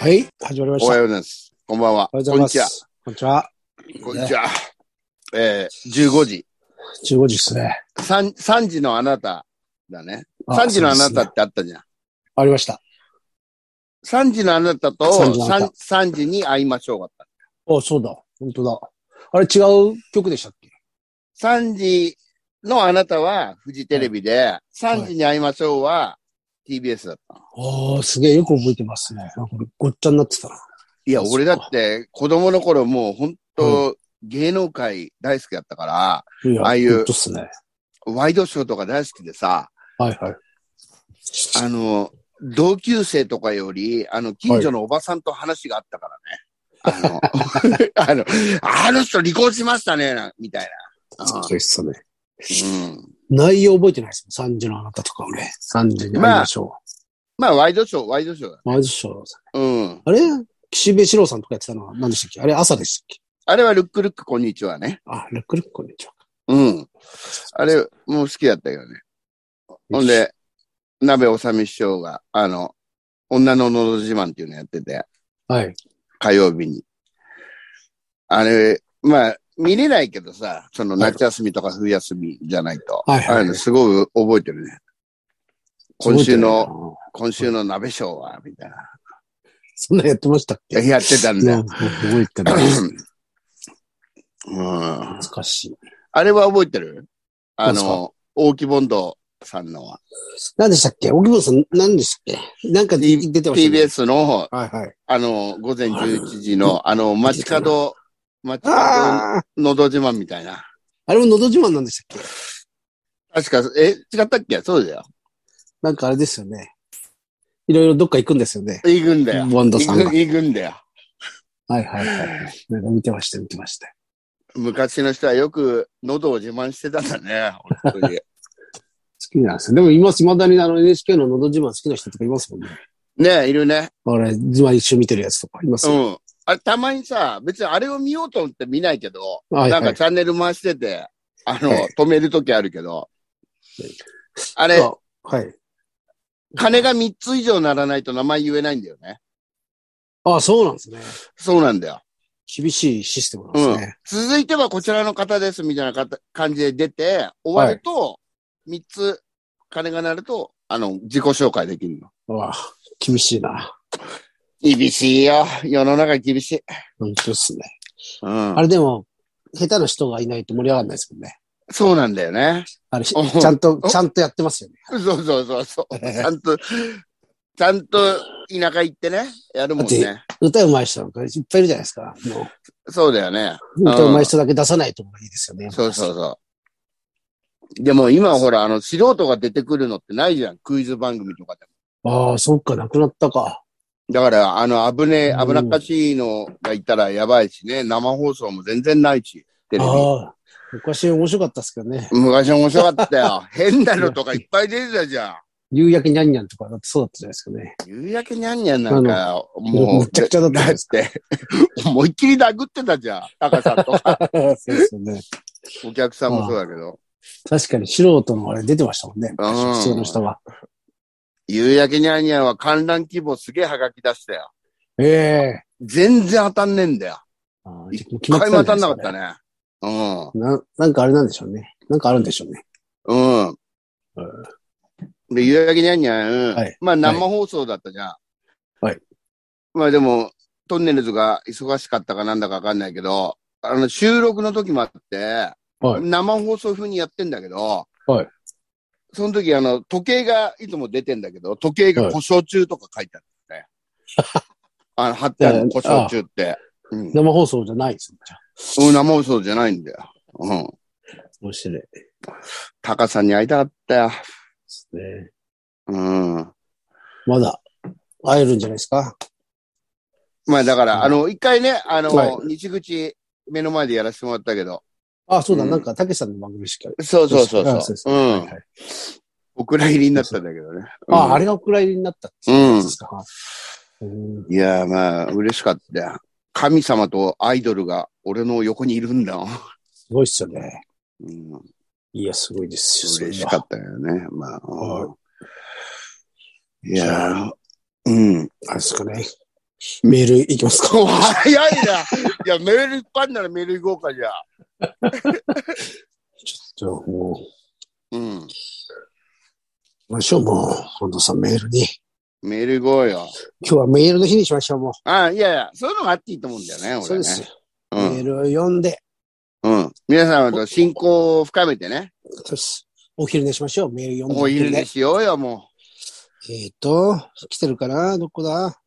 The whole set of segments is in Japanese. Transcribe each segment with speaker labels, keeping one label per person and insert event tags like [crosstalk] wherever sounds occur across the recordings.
Speaker 1: はい、始まりました。
Speaker 2: お
Speaker 1: おは
Speaker 2: は
Speaker 1: よ
Speaker 2: ようございます。こんばんは。
Speaker 1: うございます。こんにちは。
Speaker 2: こんにちは。こんにちは。えー、15時。
Speaker 1: 15時ですね。
Speaker 2: 3、3時のあなただね。
Speaker 1: あ
Speaker 2: 3時のあ
Speaker 1: そう
Speaker 2: な
Speaker 1: ですね
Speaker 2: たってあったじゃん。
Speaker 1: ありました。
Speaker 2: 3時のあなたと
Speaker 1: 3時のあな
Speaker 2: 3, 3時に会いましょうがあっ
Speaker 1: あ、そうだ。本当だ。あれ違う曲でしたっけ
Speaker 2: た。3時のあなたはフジテレビで、3時に会いましょうは TBS だったの。
Speaker 1: ああ、すげえよく覚えてますね。なんかこれごっちゃになってたな。
Speaker 2: いや、
Speaker 1: そう
Speaker 2: 俺だって子供の頃もう本当芸能界大好きだったから、
Speaker 1: いや
Speaker 2: ああいう
Speaker 1: 本当っすね。
Speaker 2: ワイドショーとか大好きでさ、
Speaker 1: はいはい。
Speaker 2: あの、同級生とかより、あの、近所のおばさんと話があったからね。あの、 [laughs] あの、あの人離婚しましたね、なみたいな。
Speaker 1: そうっすね。
Speaker 2: うん
Speaker 1: 内容覚えてないですもん。3時のあなたとか俺。3時に会いましょ
Speaker 2: まあ、ワイドショー、ワイドショーだ。
Speaker 1: う。まずしょ
Speaker 2: うん。
Speaker 1: あれ岸辺四郎さんとかやってたのは何でしたっけあれ朝でしたっけ
Speaker 2: あれはルックルックこんにちはね。
Speaker 1: あ、ルックルックこんにちは。
Speaker 2: うん。あれ、もう好きだったけどね。ほんで、鍋おさみ師匠が、あの、女ののど自慢っていうのやってて、
Speaker 1: はい。
Speaker 2: 火曜日に。あれ、まあ、見れないけどさ、その夏休みとか冬休みじゃないと。
Speaker 1: はいはい
Speaker 2: あのすごい覚えてるね。今週の、
Speaker 1: の。
Speaker 2: 今週の鍋賞は、みたいな。
Speaker 1: そんなやってましたっけ
Speaker 2: やってたんだ
Speaker 1: ね
Speaker 2: よ。
Speaker 1: 覚え
Speaker 2: [clears throat]
Speaker 1: てない。
Speaker 2: うん。
Speaker 1: 難しい。
Speaker 2: あれは覚えてるあ
Speaker 1: どうです
Speaker 2: の、大木ボンドさんのは。
Speaker 1: 何でしたっけ沖本さん、何でしたっけなんか
Speaker 2: T-
Speaker 1: 出てましたね。
Speaker 2: TBS の、
Speaker 1: はいはい。
Speaker 2: あの、午前11時の、あの、街角、街角
Speaker 1: ああ
Speaker 2: のど自慢みたいな。
Speaker 1: あれものど自慢なんでしたっけ
Speaker 2: 確か、え、違ったっけそうだよ。
Speaker 1: なんかあれですよね。いろいろどっか行くんですよね。
Speaker 2: 行くんだよ。
Speaker 1: ボンドさん
Speaker 2: 行
Speaker 1: が
Speaker 2: く。行くんだよ。
Speaker 1: はいはいはい。なんか見てました、見てました。
Speaker 2: 昔の人はよく喉を自慢してたんだね。本当に
Speaker 1: 好きなんですよ。でも今、未だにあの NHK ののど自慢好きな人とかいますもんね。
Speaker 2: ねえ、いるね。
Speaker 1: 俺、自慢一緒見てるやつとかいます
Speaker 2: う
Speaker 1: よ。
Speaker 2: ん。あれ、たまにさ、別にあれを見ようと思って見ないけど、
Speaker 1: はい
Speaker 2: な
Speaker 1: は
Speaker 2: んか
Speaker 1: い。
Speaker 2: チャンネル回してて、あの、
Speaker 1: はい
Speaker 2: 止めるときあるけど
Speaker 1: はい、
Speaker 2: あれ、
Speaker 1: はい。
Speaker 2: 金が3つ以上ならないと名前言えないんだよね。
Speaker 1: ああ、そうなんですね。
Speaker 2: そうなんだよ。
Speaker 1: 厳しいシステムなん
Speaker 2: う
Speaker 1: です
Speaker 2: ん
Speaker 1: ね。。
Speaker 2: 続いてはこちらの方です、みたいな方感じで出て、終わると、3つ金が鳴ると、あの、自己紹介できるの。
Speaker 1: うわあ厳しいな。
Speaker 2: 厳しいよ。世の中厳しい。
Speaker 1: 本当ですね。
Speaker 2: う
Speaker 1: [laughs]
Speaker 2: ん
Speaker 1: あ。れでも、下手な人がいないと盛り上がらないですもんね。
Speaker 2: そうなんだよね。
Speaker 1: あれ、し
Speaker 2: お
Speaker 1: ちゃんと、
Speaker 2: お
Speaker 1: ちゃんとやってますよね。
Speaker 2: そうそうそうそう。 [laughs] ちゃんと、ちゃんと田舎行ってね、やるもん
Speaker 1: で
Speaker 2: ね。
Speaker 1: [laughs] 歌うまい人なんかいっぱいいるじゃないですか。も
Speaker 2: そうだよね。
Speaker 1: う歌うまい人だけ出さないとこがいいですよね。
Speaker 2: そうそうそう。でも今ほら、あの、素人が出てくるのってないじゃん。クイズ番組とかで
Speaker 1: ああ、そっか、なくなったか。
Speaker 2: も。だから、あの、危ねえ、
Speaker 1: うん
Speaker 2: 危なっかしいのがいたらやばいしね。生放送も全然ないし、テレビ。
Speaker 1: ああ、昔面白かったですけどね。
Speaker 2: 昔面白かったよ。 [laughs] 変なのとかいっぱい出てたじゃん。
Speaker 1: 夕焼けにゃんにゃんとかだってそうだったじゃないですかね。
Speaker 2: 夕焼けにゃんにゃんなんか、もう、
Speaker 1: めちゃくちゃだった
Speaker 2: だ
Speaker 1: じゃない
Speaker 2: っ
Speaker 1: です
Speaker 2: て、思いっきり殴ってたじゃん。高さんとか。
Speaker 1: か。
Speaker 2: [laughs]
Speaker 1: そうですよね。
Speaker 2: お客さんもそうだけど。
Speaker 1: 確かに素人のあれ出てましたもんね。
Speaker 2: うん
Speaker 1: 普通の人は。
Speaker 2: 夕焼けにゃんにゃんは観覧希望すげえはがき出したよ。
Speaker 1: ええ
Speaker 2: 全然当たんねえんだよ。
Speaker 1: ああ
Speaker 2: 一
Speaker 1: 決
Speaker 2: 一
Speaker 1: ま
Speaker 2: 回も当たん
Speaker 1: じゃ
Speaker 2: ないか
Speaker 1: で
Speaker 2: っ
Speaker 1: す
Speaker 2: たね。う
Speaker 1: な、なんかあれなんでしょうね。なんかあるんでしょうね。
Speaker 2: ん。うん。で、夕焼けにゃんにゃん、
Speaker 1: はい
Speaker 2: まあ生放送だったじゃん。
Speaker 1: はい。
Speaker 2: まあでも、トンネルズが忙しかったかなんだかわかんないけど、あの、収録の時もあって、
Speaker 1: はい
Speaker 2: 生放送風にやってんだけど、
Speaker 1: はい。
Speaker 2: その時、あの、時計がいつも出てんだけど、時計が故障中とか書いてある
Speaker 1: [laughs]
Speaker 2: ね。あの、貼ってあるの故障中って。うん。うん
Speaker 1: 生放送じゃないですよ。じゃあ
Speaker 2: 生放送じゃないんだよ。うん。
Speaker 1: 面白いで
Speaker 2: タカさんに会いたかったよ。
Speaker 1: すね。
Speaker 2: うん。
Speaker 1: まだ会えるんじゃないですか。
Speaker 2: まあだから、あの、一回ね、あの、
Speaker 1: はい
Speaker 2: 西口目の前でやらせてもらったけど。
Speaker 1: あそうだ、
Speaker 2: うん
Speaker 1: なんか、たけしさんの番組しか。
Speaker 2: そうそうそう
Speaker 1: あ
Speaker 2: そう。
Speaker 1: です
Speaker 2: う
Speaker 1: はい
Speaker 2: ん
Speaker 1: は。い
Speaker 2: お蔵入りになったんだけどね。
Speaker 1: あ、あ
Speaker 2: れ
Speaker 1: れがお蔵入りになったっていうやつですか。はいうん
Speaker 2: いやー、まあ、嬉しかったよ。神様とアイドルが俺の横にいるんだ。
Speaker 1: すごいっすよね。
Speaker 2: うん、
Speaker 1: いや、すごいですよ。
Speaker 2: 嬉しか
Speaker 1: っ
Speaker 2: ったよね。まあ、
Speaker 1: は
Speaker 2: うんいやー、うん。
Speaker 1: た。あれですかね。メールいき
Speaker 2: [laughs]
Speaker 1: ますか
Speaker 2: 早いな。いや、メールいっぱいあんならメール行こうか、じゃあ。
Speaker 1: じゃあもう、行
Speaker 2: うん。
Speaker 1: きましょう、もう。本当さんメールに。
Speaker 2: メール行こうよ。
Speaker 1: 今日はメールの日にしましょう、も
Speaker 2: あいやいや、そういうのがあっていいと思うんだよね、俺
Speaker 1: う。
Speaker 2: ね。
Speaker 1: そうですよ。
Speaker 2: う
Speaker 1: メー
Speaker 2: ん。
Speaker 1: ルを読んで、
Speaker 2: うん。皆さんは信仰を深めてね。
Speaker 1: そうです。お昼寝しましょう、メール読んで。
Speaker 2: もういる
Speaker 1: お
Speaker 2: で
Speaker 1: 昼
Speaker 2: しようよ、も
Speaker 1: 寝えっ、と、来てるかなどこだ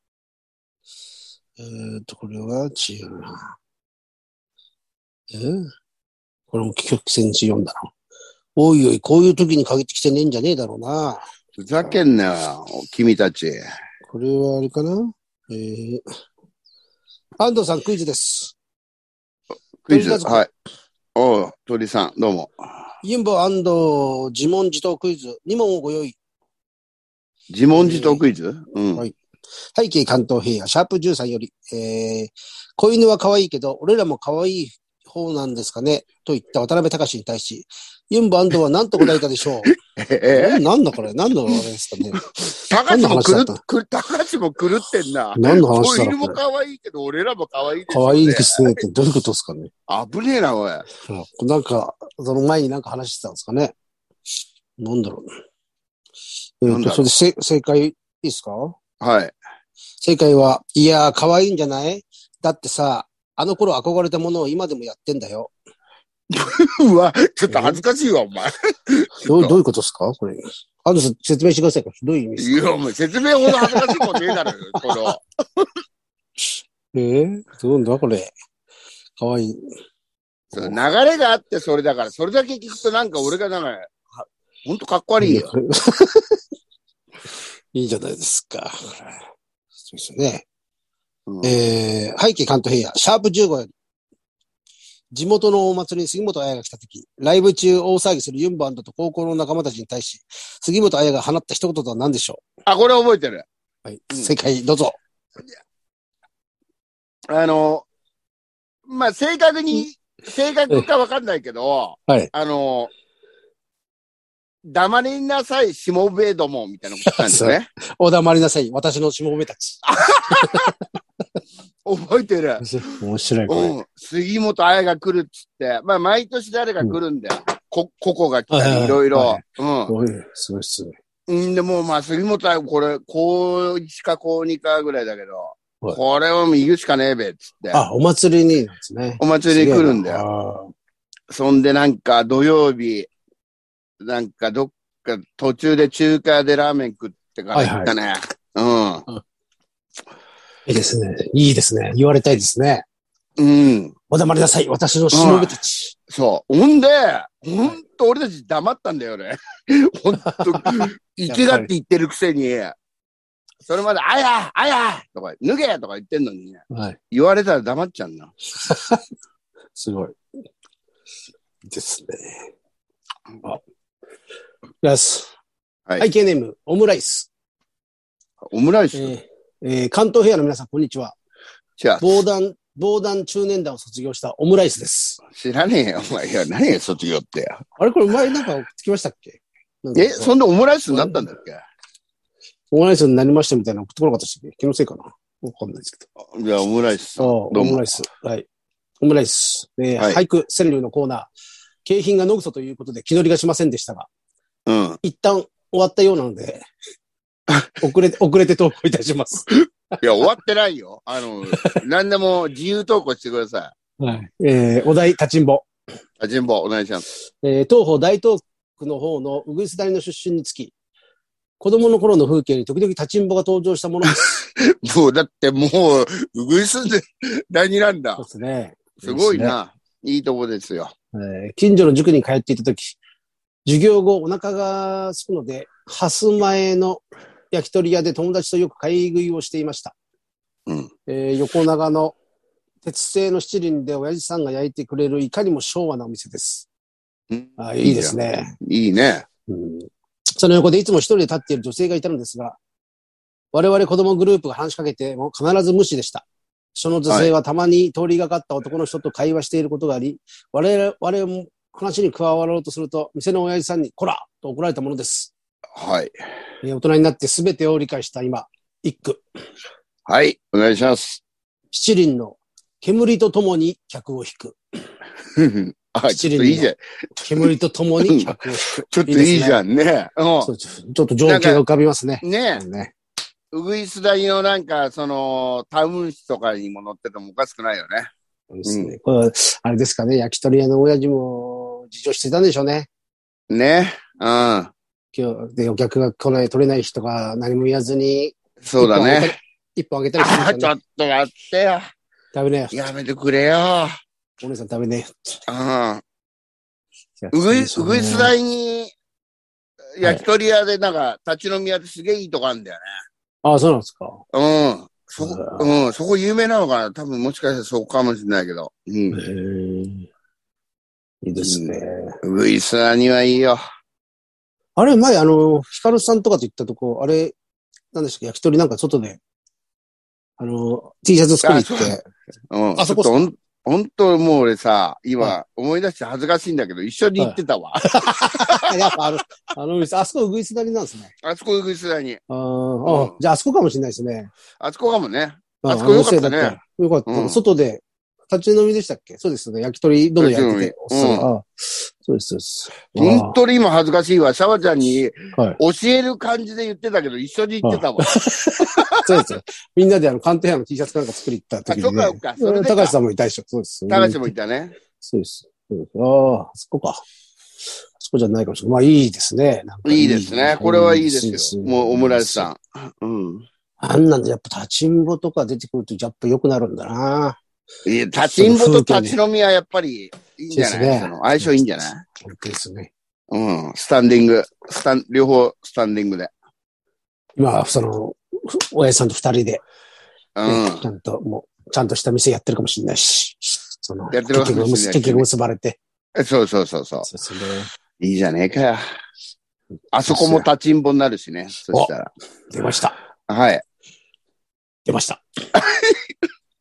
Speaker 1: えーっ、と、これは違うな。えーこれも曲線に読んだな。おいおい、こういう時に限って来てねえんじゃねえだろうな。
Speaker 2: う。ふざけんなよ、君たち。
Speaker 1: これはあれかなえー、安藤さんクイズです。
Speaker 2: クイズ。
Speaker 1: 鳥だぞ
Speaker 2: はい。おう、鳥さん、どうも。
Speaker 1: ユンボ安藤自問自答クイズ2問をご用意。
Speaker 2: 自問自答クイズうん。
Speaker 1: はい背景関東平野、シャープ13より、えー、子犬は可愛いけど、俺らも可愛い方なんですかねと言った渡辺隆に対し、ユンボ安藤は何と答えたでしょう
Speaker 2: [laughs] え
Speaker 1: えなんだこれ何のあれですかね
Speaker 2: 高橋も
Speaker 1: 何
Speaker 2: 狂
Speaker 1: の話
Speaker 2: っ
Speaker 1: だっ
Speaker 2: く、高橋も狂ってんな。
Speaker 1: 何の話だ
Speaker 2: 子
Speaker 1: ろ
Speaker 2: 犬
Speaker 1: うこ
Speaker 2: も
Speaker 1: れ
Speaker 2: 可愛いけど、俺らも可愛いです
Speaker 1: 可
Speaker 2: よね
Speaker 1: 愛いですねってどういうことですかね
Speaker 2: 危ねえな、おい。
Speaker 1: うんなんか、その前になんか話してたんですかねなんだろう。え
Speaker 2: な
Speaker 1: ー
Speaker 2: ん
Speaker 1: と、
Speaker 2: だろう
Speaker 1: それでせ正解いいですか
Speaker 2: はい。 [laughs]
Speaker 1: 正解は、いやー、可愛いんじゃないだってさ、あの頃憧れたものを今でもやってんだよ。
Speaker 2: うわ、ちょっと恥ずかしいわ、お前。
Speaker 1: どう、どういうことですかこれ。あの、説明してください。どういう意味ですか
Speaker 2: いや、お前、説明ほど恥ずかしいことねえだろ、この。
Speaker 1: えー、どうなんだこれ。可愛い
Speaker 2: その流れがあって、それだから、それだけ聞くとなんか俺がなんか、はほんとかっこ悪いよ。
Speaker 1: [laughs] いいじゃないですか。そうですよね。
Speaker 2: うん
Speaker 1: えー、背景関東平野、シャープ15より、地元のお祭りに杉本彩が来た時、ライブ中大騒ぎするユンバンドと高校の仲間たちに対し、杉本彩が放った一言とは何でしょ
Speaker 2: あ、これ覚えてる。
Speaker 1: うはい。
Speaker 2: うん
Speaker 1: 正解、どうぞ。
Speaker 2: あの、まあ、正確に、正確かわかんないけど、
Speaker 1: はい
Speaker 2: あの、黙りなさい、しもべえども、みたいなこと言ったんですね。
Speaker 1: お黙りなさい、私のしもべたち。
Speaker 2: 覚えてる。
Speaker 1: [laughs] 面白い、これ。
Speaker 2: うん。杉本彩が来るっつって、まあ、毎年誰が来るんだよ。こ、ここが来た
Speaker 1: はいはいは
Speaker 2: り、
Speaker 1: い
Speaker 2: いろいろ
Speaker 1: は。
Speaker 2: うん
Speaker 1: す。ごい、すごい、すごい。
Speaker 2: うん、でもまあ、杉本はこれ、高1か高2かぐらいだけど、
Speaker 1: はい
Speaker 2: これを右しかねえべ、っつって。
Speaker 1: あ、お祭りになんですね。
Speaker 2: お祭りに来るんだよ。
Speaker 1: よ。
Speaker 2: そんでなんか土曜日、なんかどっか途中で中華でラーメン食ってから行ったね。
Speaker 1: いいですね。いいですね。言われたいですね。
Speaker 2: うん。うん。
Speaker 1: お黙りなさい、私のしもべたち。
Speaker 2: そう。ほんで、ほんと俺たち黙ったんだよね。 [laughs] ほんと、池だって言ってるくせに、それまで、あやあやとか、脱げとか言ってんのに、
Speaker 1: はい。
Speaker 2: 言われたら黙っちゃうな。
Speaker 1: すごい。ですね。あ。ラス。
Speaker 2: はい
Speaker 1: 背景ネーム、オムライス。
Speaker 2: オムライ
Speaker 1: え
Speaker 2: ス、
Speaker 1: ーえー関東平野の皆さん、こんにちは。
Speaker 2: じゃあ、
Speaker 1: 防弾、防弾中年団を卒業したオムライスです。
Speaker 2: 知らねえよ、お前。いや、何や、卒業って。
Speaker 1: あれこれ前なんか送ってきましたっけなんか
Speaker 2: え、そんでオムライスになったんだっけ
Speaker 1: オムライスになりましたみたいなの送ってこなかったっすっけ気のせいかなわかんないですけど。
Speaker 2: じゃあ、オムライスさん。
Speaker 1: そう
Speaker 2: ど
Speaker 1: オ
Speaker 2: うも
Speaker 1: ムライス。はい。オムライス。えー
Speaker 2: はい
Speaker 1: 俳句、川柳のコーナー。景品が野草ということで気乗りがしませんでしたが、
Speaker 2: うん。
Speaker 1: 一旦終わったようなの
Speaker 2: [laughs]
Speaker 1: で、遅れて、遅れて投稿いたします。
Speaker 2: いや、終わってないよ。あの、何でも自由投稿してくださ
Speaker 1: はい。えーお題、立ちんぼ。
Speaker 2: い。あ、人坊、お願いします。
Speaker 1: えー東方大東区の方のうぐいす谷の出身につき、子供の頃の風景に時々立ちんぼが登場したものです
Speaker 2: もう、だってもう、うぐいすで、何なんだ。
Speaker 1: ですね。
Speaker 2: すごいな。いいとこですよ。
Speaker 1: えー近所の塾に通っていたとき、授業後お腹が空くので、ハス前の焼き鳥屋で友達とよく買い食いをしていました。
Speaker 2: うん
Speaker 1: えー横長の鉄製の七輪で親父さんが焼いてくれるいかにも昭和なお店です。
Speaker 2: うん
Speaker 1: あーいいですね、
Speaker 2: いいね。
Speaker 1: うんその横でいつも一人で立っている女性がいたのですが、我々子供グループが話しかけても必ず無視でした。その女性はたまに通りがかった男の人と会話していることがあり、我々、我々も話に加わろうとすると、店の親父さんに、こらと怒られたものです。
Speaker 2: はい。
Speaker 1: えー大人になって全てを理解した今、一句。
Speaker 2: はい、お願いします。 [laughs]
Speaker 1: 七輪の煙と共に客を引く。
Speaker 2: あ、ちょっといいじゃん。
Speaker 1: 煙と共に客を引く。
Speaker 2: ちょっといいじゃんね。
Speaker 1: そううちょちょっと情景が浮かびますね。
Speaker 2: ん。ねえ、
Speaker 1: ね
Speaker 2: うぐいす台のなんか、その、タウン誌とかにも載っててもおかしくないよね。
Speaker 1: そうですね。これ、あれですかね、焼き鳥屋の親父も事情してたんでしょうね。
Speaker 2: ね。うん。
Speaker 1: 今日、で、お客が来ない、取れない人が何も言わずに、
Speaker 2: そうだね。
Speaker 1: 一本あげたりして
Speaker 2: あ
Speaker 1: ま
Speaker 2: ー
Speaker 1: し
Speaker 2: ちょ
Speaker 1: た
Speaker 2: っ
Speaker 1: ね。
Speaker 2: と待ってよ。
Speaker 1: 食べねえよ。
Speaker 2: やめてくれよ。
Speaker 1: お姉さん食べね
Speaker 2: うん。
Speaker 1: えよ。
Speaker 2: うぐい、うぐいす台に、焼き鳥屋でなんか、立ち飲み屋ってすげえいいとこあるんだよ
Speaker 1: ああ、そうなんですか。
Speaker 2: ね。うん。そこ、
Speaker 1: う
Speaker 2: うん、そこ有名なのかな多分もしかしたらそこかもしれないけど。うん。
Speaker 1: いいですね。
Speaker 2: うぐいす台にはいいよ。
Speaker 1: あれ、前、あの、ヒカルさんとかと言ったとこ、あれ、なんでしたっけ、焼き鳥なんか外で、あの、T シャツ作り行って、
Speaker 2: うん。
Speaker 1: あそこ
Speaker 2: ちょっとほん本当もう俺さ、今思い出して恥ずかしいんだけど、一緒に行ってた [laughs] わ。
Speaker 1: あやっぱあの、あの、あそこ、うぐいすだりなんですね。
Speaker 2: あそこうぐいす台に。
Speaker 1: あーあ、じゃああそこかもしれないですね。
Speaker 2: あそこかもね。
Speaker 1: うん
Speaker 2: あそこ良かったね
Speaker 1: あのお店だってよかった。
Speaker 2: うん
Speaker 1: 外で、立ち飲みでしたっけそうですね。焼き鳥どんどん焼いてて。
Speaker 2: 立ち飲み
Speaker 1: おっさんああそうです、そうです。
Speaker 2: 本当に今恥ずかしいわ。シャワちゃんに
Speaker 1: ああはい。
Speaker 2: 教える感じで言ってたけど、一緒に行ってたわ。
Speaker 1: そうですよ。みんなであの、鑑定屋の T シャツかなんか作り行った時に、ね。
Speaker 2: あそうかそうかそれでか
Speaker 1: 高橋さんもいたでしょ。そうです。
Speaker 2: 高橋もいたね。
Speaker 1: そうです。そうですああ、あそこか。あそこじゃないかもしれない。まあいいですね。なんか
Speaker 2: いいですね。これはいいですよ。
Speaker 1: ね
Speaker 2: もうオムライスさん。うん。
Speaker 1: あんなんでやっぱ立ちんぼとか出てくるとやっぱ良くなるんだな。
Speaker 2: いや、立ちんぼと立ち飲みはやっぱりいいんじゃ
Speaker 1: そ
Speaker 2: な
Speaker 1: う
Speaker 2: い
Speaker 1: ですね
Speaker 2: その相性いいんじゃない
Speaker 1: 本当ですね。
Speaker 2: うん。スタンディング。スタン、両方スタンディングで。
Speaker 1: まあ、その、親父さんと二人で、
Speaker 2: う
Speaker 1: ね
Speaker 2: ん
Speaker 1: ち。ゃんと、もう、ちゃんとした店やってるかもしれないし、その、
Speaker 2: やってるかもしれない
Speaker 1: 結局結局結ばれて。
Speaker 2: そうそうそうそう。
Speaker 1: そうですね。
Speaker 2: いいじゃねえかよ。あそこも立ちんぼになるしね。そしたら。
Speaker 1: 出ました。
Speaker 2: はい。
Speaker 1: 出ました。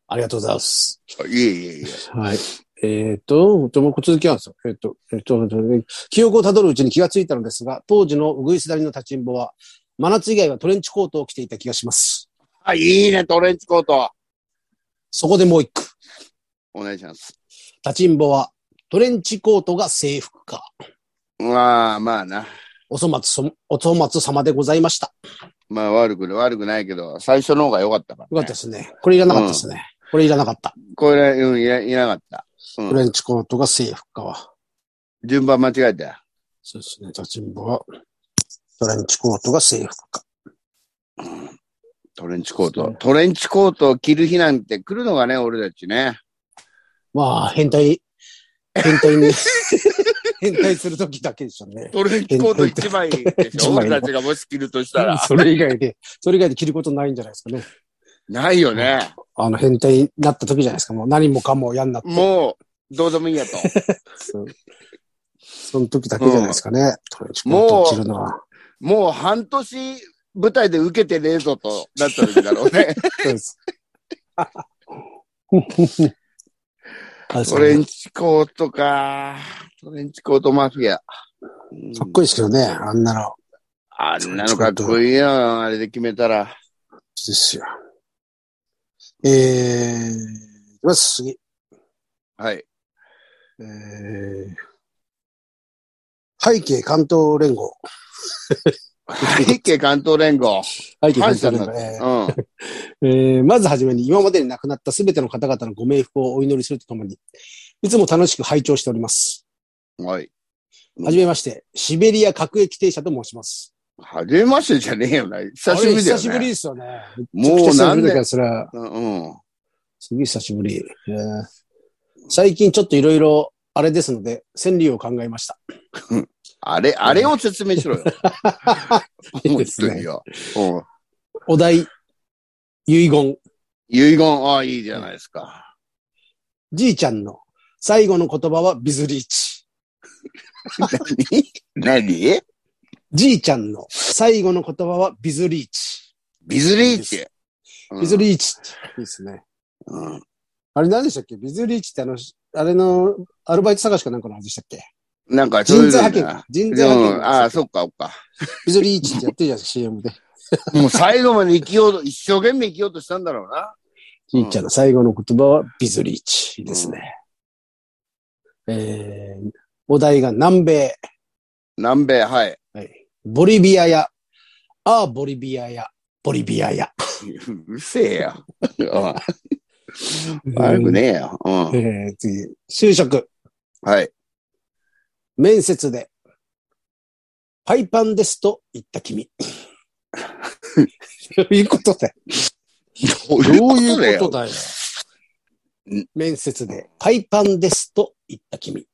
Speaker 1: ありがとうございます。
Speaker 2: いえいえいえ。
Speaker 1: はい。えっ、と、ちょ、もう小続きなんですよ。えっ、と、えっ、と、記憶をたどるうちに気がついたのですが、当時のうぐいすだりの立ちんぼは、真夏以外はトレンチコートを着ていた気がします。
Speaker 2: あ、いいね、トレンチコート。
Speaker 1: そこでもう一句。
Speaker 2: お願いします。
Speaker 1: 立ちんぼは、トレンチコートが制服か。
Speaker 2: まあ、まあな。
Speaker 1: お粗末そ、お粗末様でございました。
Speaker 2: まあ、悪く、悪くないけど、最初の方が良かったから、ね。
Speaker 1: よかったですね。これいらなかったですね。これいらなかった。
Speaker 2: これ、うん、いらいらなかった。うん
Speaker 1: フレンチコートが制服かは。
Speaker 2: 順番間違えたよ。
Speaker 1: そうですね。立ちんぼは、トレンチコートが制服か。
Speaker 2: トレンチコー
Speaker 1: そう
Speaker 2: ト
Speaker 1: ね。
Speaker 2: トレンチコートを着る日なんて来るのがね、俺たちね。
Speaker 1: まあ、変態、変態 [laughs] に、変態するときだけでしたね。
Speaker 2: トレンチコート一枚で
Speaker 1: [laughs]
Speaker 2: し
Speaker 1: 一
Speaker 2: ょ
Speaker 1: 枚
Speaker 2: 俺たちがもし着るとしたら。
Speaker 1: それ以外で、それ以外で着ることないんじゃないですかね。
Speaker 2: ないよね。
Speaker 1: あの、変態になった時じゃないですか。もう何もかも嫌になって。
Speaker 2: もう、どうでもいい
Speaker 1: [laughs]
Speaker 2: やと。
Speaker 1: そうその時だけじゃないですかね。トレンチコートを着るのは。
Speaker 2: もう半年舞台で受けてねえぞとなった時だ
Speaker 1: [laughs]
Speaker 2: ろうね。
Speaker 1: そうです。あれですか
Speaker 2: トレ
Speaker 1: ね
Speaker 2: ンチコートか。トレンチコートマフィア。うん
Speaker 1: かっこいいですけどね。あんなの。
Speaker 2: あんなのかっこいいな、あれで決めたら。
Speaker 1: ですよ。えー、いきます。次。
Speaker 2: はい。
Speaker 1: えー、背景関東連合。
Speaker 2: 日系関東連合。
Speaker 1: 背景関
Speaker 2: 阪
Speaker 1: 東連
Speaker 2: 神なん
Speaker 1: 合。
Speaker 2: だ。
Speaker 1: えー
Speaker 2: うん。
Speaker 1: えーまずはじめに今までに亡くなったすべての方々のご冥福をお祈りするとともに、いつも楽しく拝聴しております。 [laughs]
Speaker 2: はい。
Speaker 1: はじめまして、シベリア各駅停車と申します。
Speaker 2: はじめましてじゃねえよな。久しぶりだよ、
Speaker 1: あ
Speaker 2: ね。
Speaker 1: れ久しぶりですよね。
Speaker 2: もう何
Speaker 1: めちゃくちゃ久しぶりだか
Speaker 2: 年
Speaker 1: ら、それは
Speaker 2: うん。うん
Speaker 1: すげえ久しぶり。えー最近ちょっといろいろ、あれですので、川柳を考えました。
Speaker 2: あれ、あれを説明しろよ。
Speaker 1: [laughs] いいですね
Speaker 2: 本当によ。うん。
Speaker 1: お題、遺言、
Speaker 2: 遺言、ああ、いいじゃないですか。 [laughs]
Speaker 1: じいちゃんの最後の言葉はビズリーチ。
Speaker 2: 何何
Speaker 1: じいちゃんの最後の言葉はビズリーチ。
Speaker 2: ビズリーチ。
Speaker 1: ビズリーチ。いいですね。
Speaker 2: うんうん
Speaker 1: あれ何でしたっけビズリーチってあの、あれの、アルバイト探しかなんかの話でしたっけ
Speaker 2: なんか、そうい
Speaker 1: 人
Speaker 2: う
Speaker 1: 材
Speaker 2: の
Speaker 1: 派遣
Speaker 2: な
Speaker 1: か。人
Speaker 2: う
Speaker 1: 材派遣の
Speaker 2: ん、
Speaker 1: 話
Speaker 2: あ
Speaker 1: だっ
Speaker 2: あ、
Speaker 1: け。
Speaker 2: そっか、そっか。
Speaker 1: ビズリーチってやってるじゃん、CM で。
Speaker 2: もう最後まで生きようと、一生懸命生きようとしたんだろうな。
Speaker 1: しーちゃんの最後の言葉はビズリーチですね。えー、お題が南米、
Speaker 2: 南米、はい。 [laughs]
Speaker 1: ボリビアや、ああ、ボリビアや、ボリビアや。
Speaker 2: うるせえよ。悪くねえよ。う
Speaker 1: え
Speaker 2: ん。
Speaker 1: ー次、就職、
Speaker 2: はい。
Speaker 1: 面接で、パイパンですと言った君。 [laughs] どういうことだよ。
Speaker 2: どう
Speaker 1: どういうこと
Speaker 2: よ
Speaker 1: だよ
Speaker 2: うん。
Speaker 1: 面接で、パイパンですと言った君。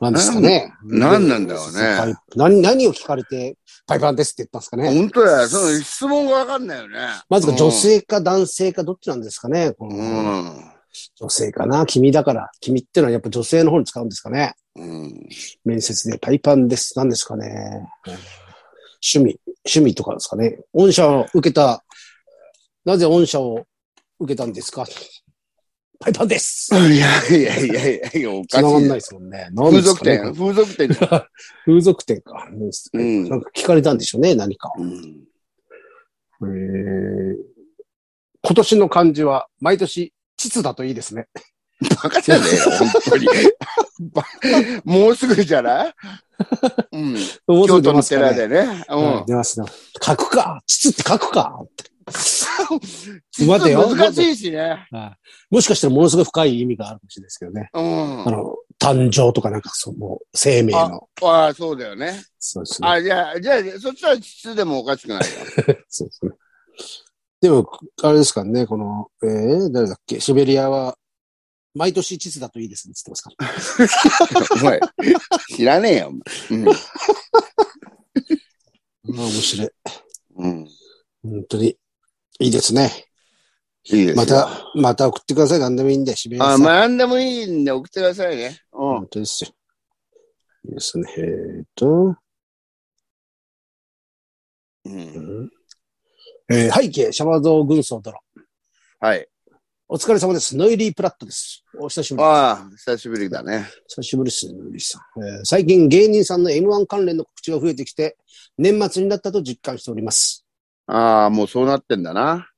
Speaker 1: なんですかね。
Speaker 2: なんなんだろうね
Speaker 1: パイ何、何を聞かれて、パイパンですって言ったんですかね。
Speaker 2: 本当だよ。その質問がわかんないよね。
Speaker 1: まずか女性か男性かどっちなんですかね。こ
Speaker 2: う
Speaker 1: の
Speaker 2: ん。
Speaker 1: 女性かな君だから。君ってのはやっぱ女性の方に使うんですかね。
Speaker 2: うん。
Speaker 1: 面接でパイパンです。何ですかね。趣味、趣味とかですかね。御社を受けた、なぜ御社を受けたんですかパイパンです。
Speaker 2: いやいやいやいやいや、おか
Speaker 1: 繋が
Speaker 2: し
Speaker 1: んな
Speaker 2: い
Speaker 1: い
Speaker 2: よ。
Speaker 1: ですもんね。何で
Speaker 2: 風
Speaker 1: す
Speaker 2: 俗
Speaker 1: かね
Speaker 2: 店風俗店じゃん
Speaker 1: 風俗店か。
Speaker 2: うん
Speaker 1: なんか聞かれたんでしょうね、何か。
Speaker 2: うん。
Speaker 1: えー今年の漢字は毎年、秩だといいですね。
Speaker 2: バカじゃねえよ、本当に。ばもうすぐじゃないうん。京都の寺でね。う
Speaker 1: はい
Speaker 2: ん。
Speaker 1: 出ますね。書くか秩って書くか
Speaker 2: [laughs] 実は難しいしね。
Speaker 1: もしかしたらものすごい深い意味があるかもしれないですけどね。
Speaker 2: うん。
Speaker 1: あの、誕生とかなんかその、生命の。
Speaker 2: ああ、そうだよね。
Speaker 1: そうですね。
Speaker 2: あじゃあ、じゃあ、そっちは質でもおかしくないよ。
Speaker 1: そうですね。でも、あれですかね、この、えー、誰だっけ、シベリアは、毎年秩だといいですね、つってますか
Speaker 2: お前知らねえよ。
Speaker 1: うん、面白い。
Speaker 2: うん。うん。
Speaker 1: 本当に。いいですね。
Speaker 2: いいですよ
Speaker 1: また。、また送ってください。何でもいいんで、シベリアさ
Speaker 2: あ、
Speaker 1: ん。
Speaker 2: 学んでもいいんで送ってくださいね。うん。
Speaker 1: 本当ですよ。いいですね。えー、と、
Speaker 2: うん、
Speaker 1: えー背景、シャワゾウ軍曹殿。
Speaker 2: はい。
Speaker 1: お疲れ様です。ノイリー・プラットです。お久しぶり。
Speaker 2: ああ、久しぶりだね。
Speaker 1: 久しぶりですね、ノイリーさん。えー最近芸人さんの M1 関連の告知が増えてきて、年末になったと実感しております。
Speaker 2: ああ、もうそうなってんだな。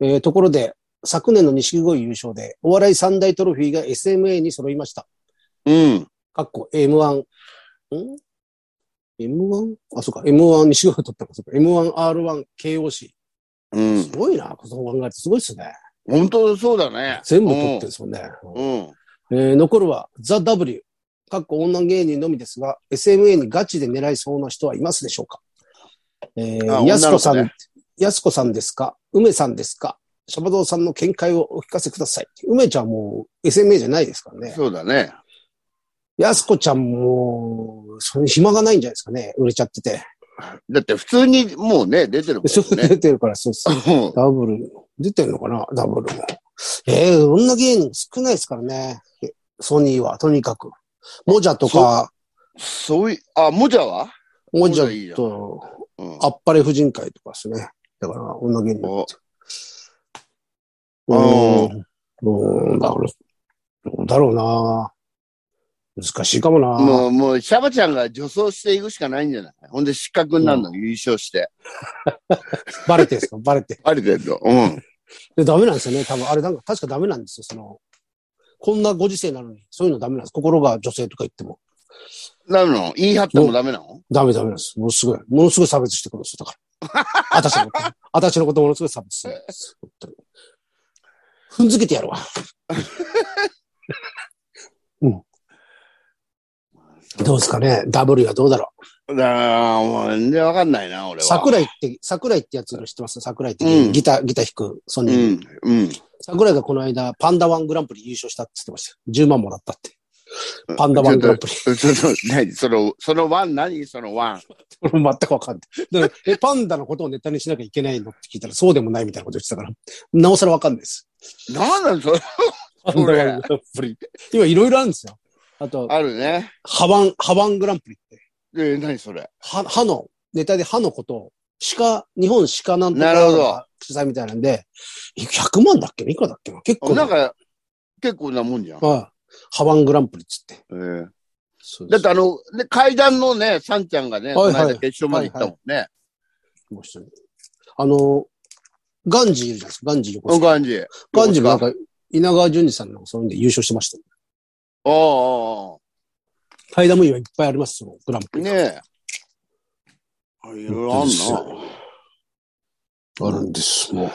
Speaker 1: えーところで、昨年の錦鯉優勝で、お笑い三大トロフィーが SMA に揃いました。
Speaker 2: うん。
Speaker 1: かっこ M1、ん ?M1? あ、そうか、M1 に仕事取ったか、そうか、M1、R1、KOC。
Speaker 2: う
Speaker 1: す
Speaker 2: ん。
Speaker 1: ごいな、そう考えるとすごいっすね。
Speaker 2: 本当そうだね。
Speaker 1: 全部取ってるんですもんね。
Speaker 2: うん。
Speaker 1: えー残るは、ザ・ W、かっこ女芸人のみですが、SMA にガチで狙いそうな人はいますでしょうかえ
Speaker 2: あ
Speaker 1: ー、やすこさ
Speaker 2: 女の子
Speaker 1: ん
Speaker 2: ね、
Speaker 1: やすこさんですか梅さんですかシャバゾウさんの見解をお聞かせください。梅ちゃんもう SMA じゃないですからね。
Speaker 2: そうだね。
Speaker 1: やすこちゃんも、その暇がないんじゃないですかね。売れちゃってて。
Speaker 2: だって普通にもうね、出てるも
Speaker 1: そうん
Speaker 2: ね。
Speaker 1: 出てるから、そうそう。
Speaker 2: うん
Speaker 1: ダブル、出てるのかなダブルも。ええ女芸人少ないですからね。えソニーは、とにかく。モジャとか、
Speaker 2: そういう、あ、もじゃは
Speaker 1: モ
Speaker 2: モジ
Speaker 1: ジ
Speaker 2: ャいいじ
Speaker 1: ャ
Speaker 2: ゃん
Speaker 1: と、
Speaker 2: うん。
Speaker 1: あっぱれ婦人会とかですね。だから、女芸人。
Speaker 2: お
Speaker 1: う
Speaker 2: お
Speaker 1: ん。うん、だから、どうだろうな難しいかもな
Speaker 2: もう、もう、シャバちゃんが女装していくしかないんじゃないほんで失格になるの、優勝して。
Speaker 1: バレてですかバレて。
Speaker 2: ある程度。うん。
Speaker 1: で、ダメなんですよね。多分、あれなんか、確かダメなんですよ。その、こんなご時世なのに、そういうのダメなんです。心が女性とか言っても。
Speaker 2: なるの言い張ってもダメなの
Speaker 1: ダメダメなんです。ものすごい、ものすごい差別してくるんですよ。だ
Speaker 2: [laughs]
Speaker 1: から。私のこと、私のことものすごい差別するんです。本当に。踏んづけてやる
Speaker 2: [laughs]
Speaker 1: わ。どうですかね ?W はどうだろ
Speaker 2: だから、もう全然わかんないな、
Speaker 1: う
Speaker 2: 俺は。
Speaker 1: 桜井って、桜井ってやつ知ってます桜井って芸人、
Speaker 2: うん
Speaker 1: ギター、ギター弾く、ソ
Speaker 2: う
Speaker 1: ニー。
Speaker 2: ん、うん。
Speaker 1: 桜井がこの間、パンダワングランプリ優勝したって言ってましたよ。10万もらったって。パンダワングランプリ。
Speaker 2: その、何その、そのワン何そのワン。
Speaker 1: 俺も全くわかんない。だからえ、パンダのことをネタにしなきゃいけないのって聞いたら、そうでもないみたいなこと言ってたから、なおさらわかんないです。
Speaker 2: なんなんそれ
Speaker 1: パンダワングランプリ。今いろいろあるんですよ。あと、
Speaker 2: あるね。
Speaker 1: ハワン、ハワングランプリって、
Speaker 2: え、何それ
Speaker 1: 歯、歯の、ネタで歯のことを、鹿、日本鹿なんとか
Speaker 2: なるほど
Speaker 1: 主催みたいなんで、100万だっけいくらだっけな結構
Speaker 2: なんか、結構なもんじゃん。
Speaker 1: はいハワングランプリっつって。
Speaker 2: えー
Speaker 1: そうで
Speaker 2: だっ
Speaker 1: す
Speaker 2: てあの、ね、階段のね、サンちゃんがね、
Speaker 1: はいはい
Speaker 2: この間決勝まで行ったもんね。
Speaker 1: もう一人。あの、ガンジーいるじゃないですか、ガンジー横
Speaker 2: この
Speaker 1: 須賀。
Speaker 2: 感じ。
Speaker 1: ガンジーもなん
Speaker 2: あ
Speaker 1: か、稲川淳二さんのそので優勝してましたよ。
Speaker 2: ああ
Speaker 1: 階段も今いっぱいあります、そのグランプ
Speaker 2: あ、
Speaker 1: リ。
Speaker 2: ねえ。あいろいろあんな。
Speaker 1: な。あるんです。も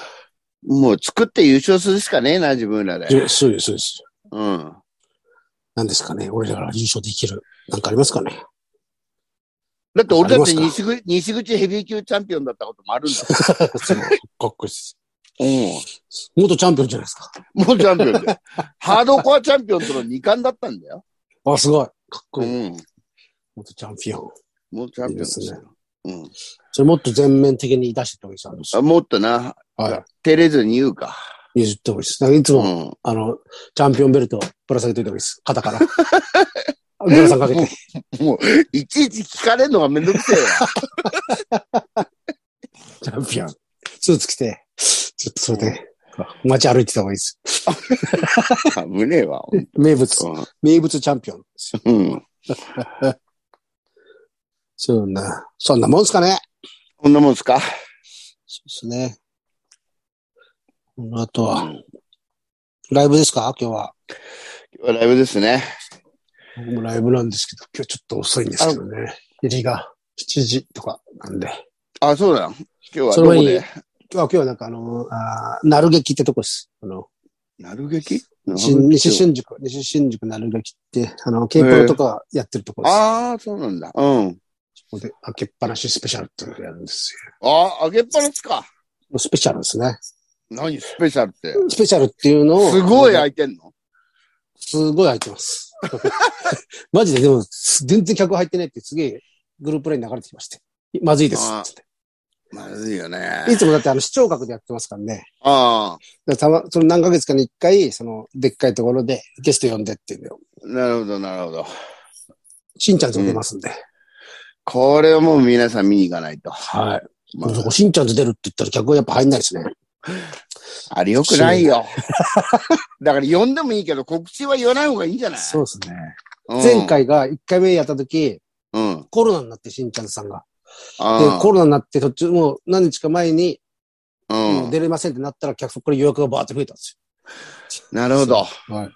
Speaker 2: もう作って優勝するしかねえな、自分らで
Speaker 1: う。。じゅそうです、そうです。
Speaker 2: うん。
Speaker 1: なんですかね。俺らが優勝できる、なんかありますか
Speaker 2: [laughs]
Speaker 1: ね。
Speaker 2: だって俺だって
Speaker 1: ありま
Speaker 2: 西口西口ヘビー級チャンピオンだったこともあるんだも
Speaker 1: そうかっこいいです。
Speaker 2: ん。
Speaker 1: 元チャンピオンじゃないですか。
Speaker 2: もうチャンピオンだ
Speaker 1: [laughs]
Speaker 2: よ。ハードコアチャンピオンとの2冠だったんだよ。
Speaker 1: あ、すごい。かっこ
Speaker 2: う
Speaker 1: いい。
Speaker 2: ん。
Speaker 1: 元チャンピオン。
Speaker 2: もうチャンピオンです
Speaker 1: いいで
Speaker 2: よ。うん
Speaker 1: それもっと全面的に出してってほしいですあの
Speaker 2: あ。もっとな、
Speaker 1: は
Speaker 2: 照れずに言うか。
Speaker 1: い。譲ってほしいです。だからいつ
Speaker 2: う
Speaker 1: も、
Speaker 2: ん。
Speaker 1: あの、チャンピオンベルトぶら下げといた方がいいです。肩
Speaker 2: [laughs]
Speaker 1: から。ぶら下げて。
Speaker 2: もう、いちいち聞かれるのがめんどくせえわ。
Speaker 1: チャンピオン。スーツ着て、ちょっとそれで、街歩いてた方がいいです。 [laughs]
Speaker 2: 危ねえわ。ほん
Speaker 1: 名物、
Speaker 2: と
Speaker 1: 名物チャンピオンですよ。
Speaker 2: うん。
Speaker 1: そうな。そんなもんですかね。
Speaker 2: こんなもんすか
Speaker 1: そうですね。あとは、ライブですか今日は。
Speaker 2: 今日はライブですね。
Speaker 1: 僕もライブなんですけど、今日ちょっと遅いんですけどね。入りが7時とかなんで。
Speaker 2: あ、そうだ。今日は
Speaker 1: その
Speaker 2: ど
Speaker 1: 前
Speaker 2: こ
Speaker 1: に
Speaker 2: で
Speaker 1: 今日は今日はなんかあの、あーなる劇ってとこです。あの、
Speaker 2: なる劇
Speaker 1: 新西新宿、西新宿なる劇って、あの、ケープロとかやってるとこです。
Speaker 2: ああ、そうなんだ。うん。
Speaker 1: そこで、開けっぱなしスペシャルっていうのをやるんです
Speaker 2: ああ、揚げっぱなしか。
Speaker 1: よ。スペシャルですね。
Speaker 2: 何スペシャルって。
Speaker 1: スペシャルっていうのを。
Speaker 2: すごい開いてんの
Speaker 1: すごい入ってます。 [laughs] マジで、でも、全然客入ってないってすげえグループライン流れてきまして。まずいです
Speaker 2: あー
Speaker 1: つっ
Speaker 2: まずいよね
Speaker 1: て。いつもだってあの視聴覚でやってますからね。
Speaker 2: ああ、
Speaker 1: だからたま、その何ヶ月かに一回、その、でっかいところでゲスト呼んでっていうのを、
Speaker 2: なるほど、なるほど。
Speaker 1: しんちゃんズも出ますんで。
Speaker 2: これをもう皆さん見に行かないと。
Speaker 1: はい。
Speaker 2: ま
Speaker 1: そこしんちゃんズ出るって言ったら客はやっぱ入んないですね。
Speaker 2: あ、あれよくないよ。 [laughs] だから呼んでもいいけど、告知は言わない方がいいんじゃない
Speaker 1: そうですね。
Speaker 2: ん
Speaker 1: 前。回が1回目やった時、
Speaker 2: うん。
Speaker 1: コロナになって、しんちゃんさんが。で
Speaker 2: あ、
Speaker 1: コロナになって、途中、もう何日か前に、
Speaker 2: う。
Speaker 1: もうん出れませんってなったら、客、これ予約がバーって増えたんです
Speaker 2: なるほど。
Speaker 1: よ。はい。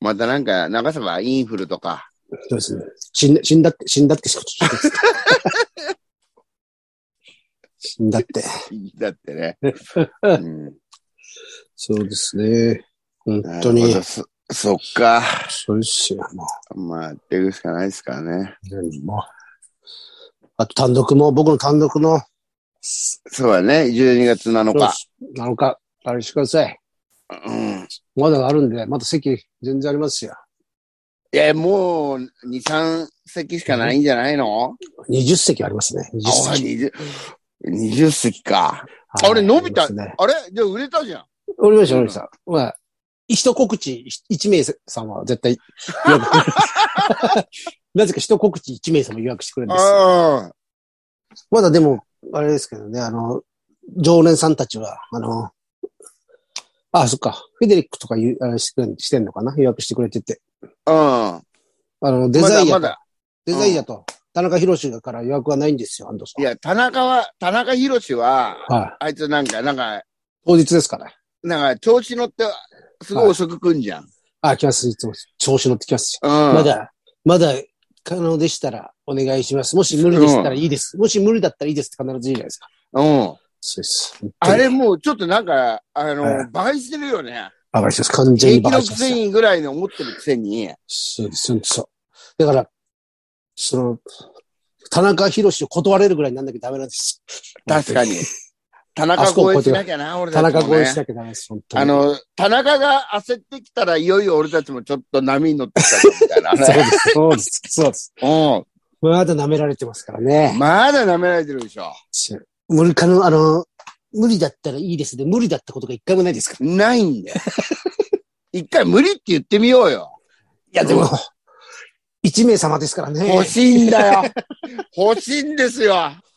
Speaker 2: またなんか流せばインフルとか。
Speaker 1: そうですね。死んだ、死んだって、死んだってしか聞いてないです。死んだって。
Speaker 2: だっ
Speaker 1: [laughs]
Speaker 2: てね。うん
Speaker 1: そうですね。本
Speaker 2: なる
Speaker 1: 当
Speaker 2: ほ
Speaker 1: に
Speaker 2: ど。。そそっか。
Speaker 1: そうですよ。も
Speaker 2: まあ、やっていくしかないですからね。
Speaker 1: う、何も。あと単独も、僕の単独の、
Speaker 2: そうだね。12月7日。
Speaker 1: なのか、あれしてください。
Speaker 2: うん。
Speaker 1: まだあるんで、まだ席全然ありますよ。
Speaker 2: いや、もう、2、3席しかないんじゃないの
Speaker 1: 20席ありますね。20
Speaker 2: あ、
Speaker 1: 席。
Speaker 2: 20、20席か。あ
Speaker 1: はい
Speaker 2: 俺伸びた
Speaker 1: ありますね
Speaker 2: あれじゃあ売れたじゃん。
Speaker 1: おりました、おりました。まあ、一告知、一名さんは絶対予約
Speaker 2: [laughs]
Speaker 1: なぜか一告知一名様予約してくれるんですよ。
Speaker 2: ああ。
Speaker 1: まだでも、あれですけどね、あの、常連さんたちは、あの、あそっか、フェデリックとかいうあれしてくれしてんのかな予約してくれてて。
Speaker 2: うん。
Speaker 1: あの、デザイアと、
Speaker 2: まだまだ。
Speaker 1: デザイアと、田中博士から予約はないんですよ、安藤さ
Speaker 2: い
Speaker 1: ん。
Speaker 2: や、田中は、田中博士は、
Speaker 1: はい。
Speaker 2: あいつなんか、なんか、
Speaker 1: 当日ですから。
Speaker 2: なんか調子乗って、すごい遅く来んじゃん。
Speaker 1: あ、来ます、いつも。調子乗ってきますよ。
Speaker 2: うん。
Speaker 1: まだ、まだ、可能でしたらお願いします。もし無理でしたらいいです。もし無理だったらいいですって必ず言うじゃないですか。
Speaker 2: うん。
Speaker 1: そうです。
Speaker 2: あれもうちょっとなんか、あの、
Speaker 1: は
Speaker 2: 馬鹿にしてるよね。
Speaker 1: バカにしてます。完全
Speaker 2: 平
Speaker 1: に
Speaker 2: 気
Speaker 1: バ
Speaker 2: の
Speaker 1: カにし
Speaker 2: く
Speaker 1: てます
Speaker 2: せ
Speaker 1: よ。
Speaker 2: にぐらいに思ってるくせに。
Speaker 1: そうです、そう。だから、その、田中博士を断れるぐらいになんなきゃダメなんです。
Speaker 2: 確かに。田中
Speaker 1: あそこ
Speaker 2: 超
Speaker 1: こうや
Speaker 2: え
Speaker 1: って
Speaker 2: しなきゃな、俺
Speaker 1: 田
Speaker 2: たちも、ね。
Speaker 1: 中超えしなきゃダメです、本当に。
Speaker 2: あ、の、田中が焦ってきたらいよいよ俺たちもちょっと波に乗ってきたぞみたいな
Speaker 1: そう
Speaker 2: ね。
Speaker 1: です、そうです、 [laughs] そうです。
Speaker 2: うん。
Speaker 1: まだ舐められてますからね。
Speaker 2: まだ舐められてるでしょ。
Speaker 1: 無理かの、あの、無理だったらいいですで、無理だったことが一回もないですから。
Speaker 2: ないんだよ。一回無理って言ってみようよ。
Speaker 1: いや、でも、一名様ですからね。
Speaker 2: 欲しいんだよ。 [laughs] 欲しいんですよ。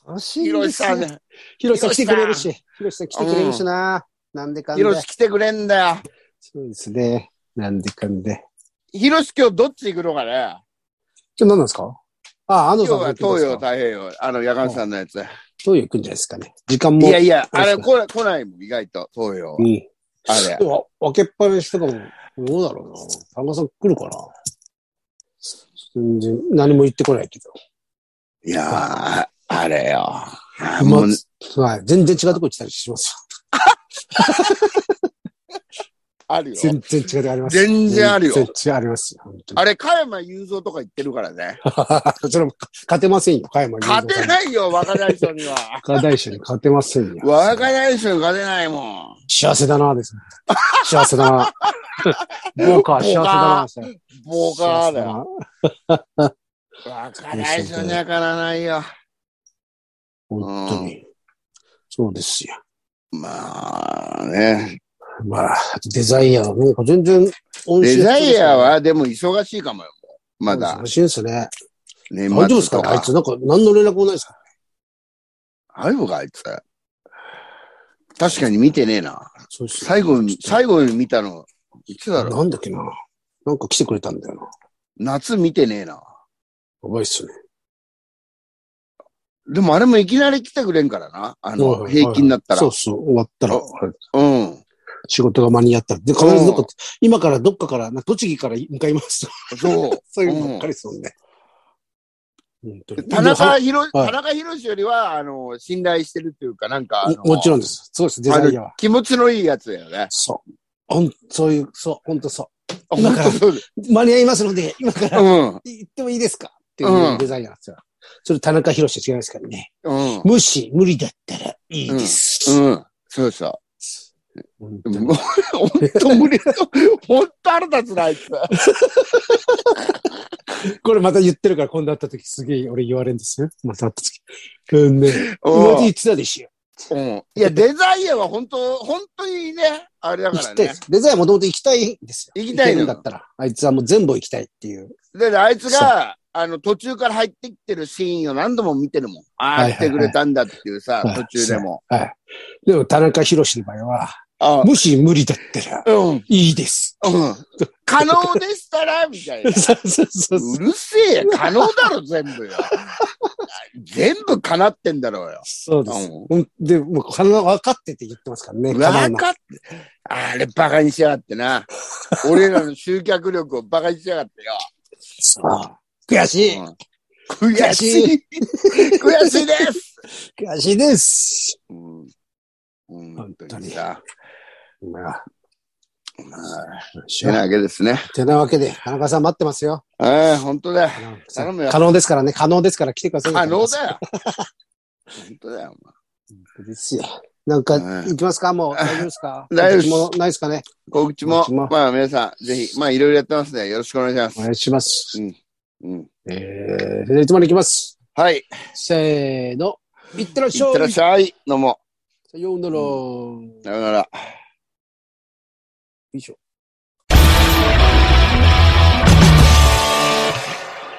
Speaker 1: 欲し
Speaker 2: ヒ
Speaker 1: い
Speaker 2: ロ
Speaker 1: で
Speaker 2: シ
Speaker 1: す
Speaker 2: さん
Speaker 1: よ。
Speaker 2: ね。
Speaker 1: ひろしさん来てくれるし、ひろしさん来てくれるしな。なんでかん
Speaker 2: ヒ
Speaker 1: で。
Speaker 2: ロシ来てくれんだよ。
Speaker 1: そうですね。なんでかんで。
Speaker 2: ヒロシ今日どっち行くのかね。
Speaker 1: 今日何なんですかあ、安
Speaker 2: 今
Speaker 1: 藤
Speaker 2: 日
Speaker 1: さん
Speaker 2: は
Speaker 1: が
Speaker 2: 東洋太平洋、あの、夜間さんのやつ。
Speaker 1: 東洋行くんじゃないですかね。時間
Speaker 2: い
Speaker 1: も。
Speaker 2: やいや、あれ
Speaker 1: そう
Speaker 2: 来ない来ないもん、意外と、東洋は
Speaker 1: う。ん。
Speaker 2: あれ
Speaker 1: で。も、分けっぱなしとかも、どうだろうな。田中さん来るかな全然、何も言ってこないけど。
Speaker 2: いやー、あれよ。あー
Speaker 1: ま
Speaker 2: もう、
Speaker 1: はい。全然違うとこ行ってたりします。
Speaker 2: あるよ。
Speaker 1: 全然違うとこあります。
Speaker 2: 全然あるよ
Speaker 1: 全然違うありますよ。本当に
Speaker 2: あれ、加山雄三とか言ってるからね。
Speaker 1: [laughs] それも勝てませんよ、加山雄
Speaker 2: 勝
Speaker 1: 三さ
Speaker 2: て
Speaker 1: んに。
Speaker 2: ないよ、若大将には。
Speaker 1: 若大将に勝てませんよ。
Speaker 2: 若大将に勝てないもん。
Speaker 1: 幸せだな、ですね。幸せだ
Speaker 2: [laughs]
Speaker 1: な。僕は幸せだな、ですね
Speaker 2: ボカーだよ。
Speaker 1: 幸せ
Speaker 2: 若大将には勝らないよ。
Speaker 1: 本当に。そうですよ。
Speaker 2: まあね。
Speaker 1: まあ、デザイアは、なんか全然、
Speaker 2: デザイア、は、でも忙しいかもよ。まだ。
Speaker 1: 欲しいですね。
Speaker 2: 年
Speaker 1: 大
Speaker 2: 末と
Speaker 1: 丈夫ですかねあいつ、なんか、何の連絡もないですか
Speaker 2: 大丈夫か、あいつ。確かに見てねえな。
Speaker 1: そうですよ
Speaker 2: 最後に、最後に見たの、いつだろう。
Speaker 1: なんだっけな。なんか来てくれたんだよな。
Speaker 2: 夏見てねえな。
Speaker 1: やばいっすね。
Speaker 2: でもあれもいきなり来てくれんからな。あ
Speaker 1: はい
Speaker 2: の、
Speaker 1: はい
Speaker 2: 平均だったら
Speaker 1: そ。うそう、終わったら、
Speaker 2: あ
Speaker 1: はい
Speaker 2: うん。
Speaker 1: 仕事が間に合ったら。で、必ずどっ
Speaker 2: う
Speaker 1: か、
Speaker 2: ん
Speaker 1: 今からどっかから、なんか栃木から向かいます [laughs] とか。
Speaker 2: そう。
Speaker 1: そういうのばっかりですもんね。本当に
Speaker 2: 田中博、
Speaker 1: はい
Speaker 2: 田中博よりは、あの、信頼してるっていうか、なんか、あの
Speaker 1: ももちろんです。そうです、デザイアは。
Speaker 2: 気持ちのいいやつだよね。
Speaker 1: そう。ほん、そういう、そう、本当そ今
Speaker 2: 本
Speaker 1: から
Speaker 2: 当そうです。
Speaker 1: う。間に合いますので、今から
Speaker 2: うん。
Speaker 1: 行ってもいいですかって
Speaker 2: う
Speaker 1: い
Speaker 2: ん
Speaker 1: うデザイアなんですよ。それ田中博士と違いますからね。
Speaker 2: うん。
Speaker 1: もし無理だったらいいです。
Speaker 2: うん。そうそ
Speaker 1: 本当
Speaker 2: う。
Speaker 1: に
Speaker 2: もう本当無理だ。本当腹立つな、あいつ。
Speaker 1: これまた言ってるから、今度会った時すげえ俺言われるんですよ。また会った時。うんね。
Speaker 2: う
Speaker 1: ま
Speaker 2: ん
Speaker 1: た言ってたでしょ。
Speaker 2: うん。いや、デザイアは本当、本当にね、あれだ
Speaker 1: 行
Speaker 2: か
Speaker 1: きた
Speaker 2: ら
Speaker 1: いで
Speaker 2: ね
Speaker 1: す。。デザイアもともと行きたいんですよ。
Speaker 2: 行きたいの
Speaker 1: けるんだったら。あいつはもう全部行きたいっていう。
Speaker 2: で、あいつが、あの、途中から入ってきてるシーンを何度も見てるもん。あ
Speaker 1: は
Speaker 2: あ、
Speaker 1: い
Speaker 2: 来
Speaker 1: はいはい
Speaker 2: てくれたんだっていうさ、
Speaker 1: はい
Speaker 2: 途中でも。
Speaker 1: はい。でも田中博士の場合は、
Speaker 2: あ
Speaker 1: もし無理だったら、
Speaker 2: うん。
Speaker 1: いいです。
Speaker 2: うん。可能でしたら、みたいな。
Speaker 1: そうそうそうそう
Speaker 2: うるせえよ可能だろ、全部よ。 [laughs] 全部叶ってんだろうよ。
Speaker 1: そうです。うんで、もう、体分かってって言ってますからね。体
Speaker 2: 分
Speaker 1: の
Speaker 2: かって、あれバカにしやがって [laughs] な。俺らの集客力をバカにしやがってよ。
Speaker 1: そう悔しい。
Speaker 2: うん悔しい。悔しい [laughs] です。
Speaker 1: 悔しいです。
Speaker 2: うん本
Speaker 1: 本
Speaker 2: 当
Speaker 1: 当
Speaker 2: に
Speaker 1: に
Speaker 2: さ。
Speaker 1: まあ、
Speaker 2: まあ
Speaker 1: して
Speaker 2: なわけですね。
Speaker 1: なわけで、田中さん待ってますよ。
Speaker 2: ええ、本当だよ。頼むよ
Speaker 1: 可能ですからね。可能ですから来てください。
Speaker 2: 可能だよ。本当だよ。
Speaker 1: ですよ。なんか、
Speaker 2: うん
Speaker 1: 行きますかもう、
Speaker 2: [laughs]
Speaker 1: 大丈夫ですか
Speaker 2: 大丈夫です
Speaker 1: もうないですかね。
Speaker 2: 告知も
Speaker 1: 告知も、
Speaker 2: まあ皆さん、ぜひ、まあいろいろやってますね。よろしくお願いしま
Speaker 1: お
Speaker 2: す。
Speaker 1: 願いします。
Speaker 2: うん。
Speaker 1: えー、それではいつまで行きます
Speaker 2: はい。
Speaker 1: せーの。いってらっし
Speaker 2: い
Speaker 1: ゃ
Speaker 2: っ
Speaker 1: い。
Speaker 2: てらっしゃい。どうも。
Speaker 1: さようなら。
Speaker 2: さようなら。
Speaker 1: よいしょ。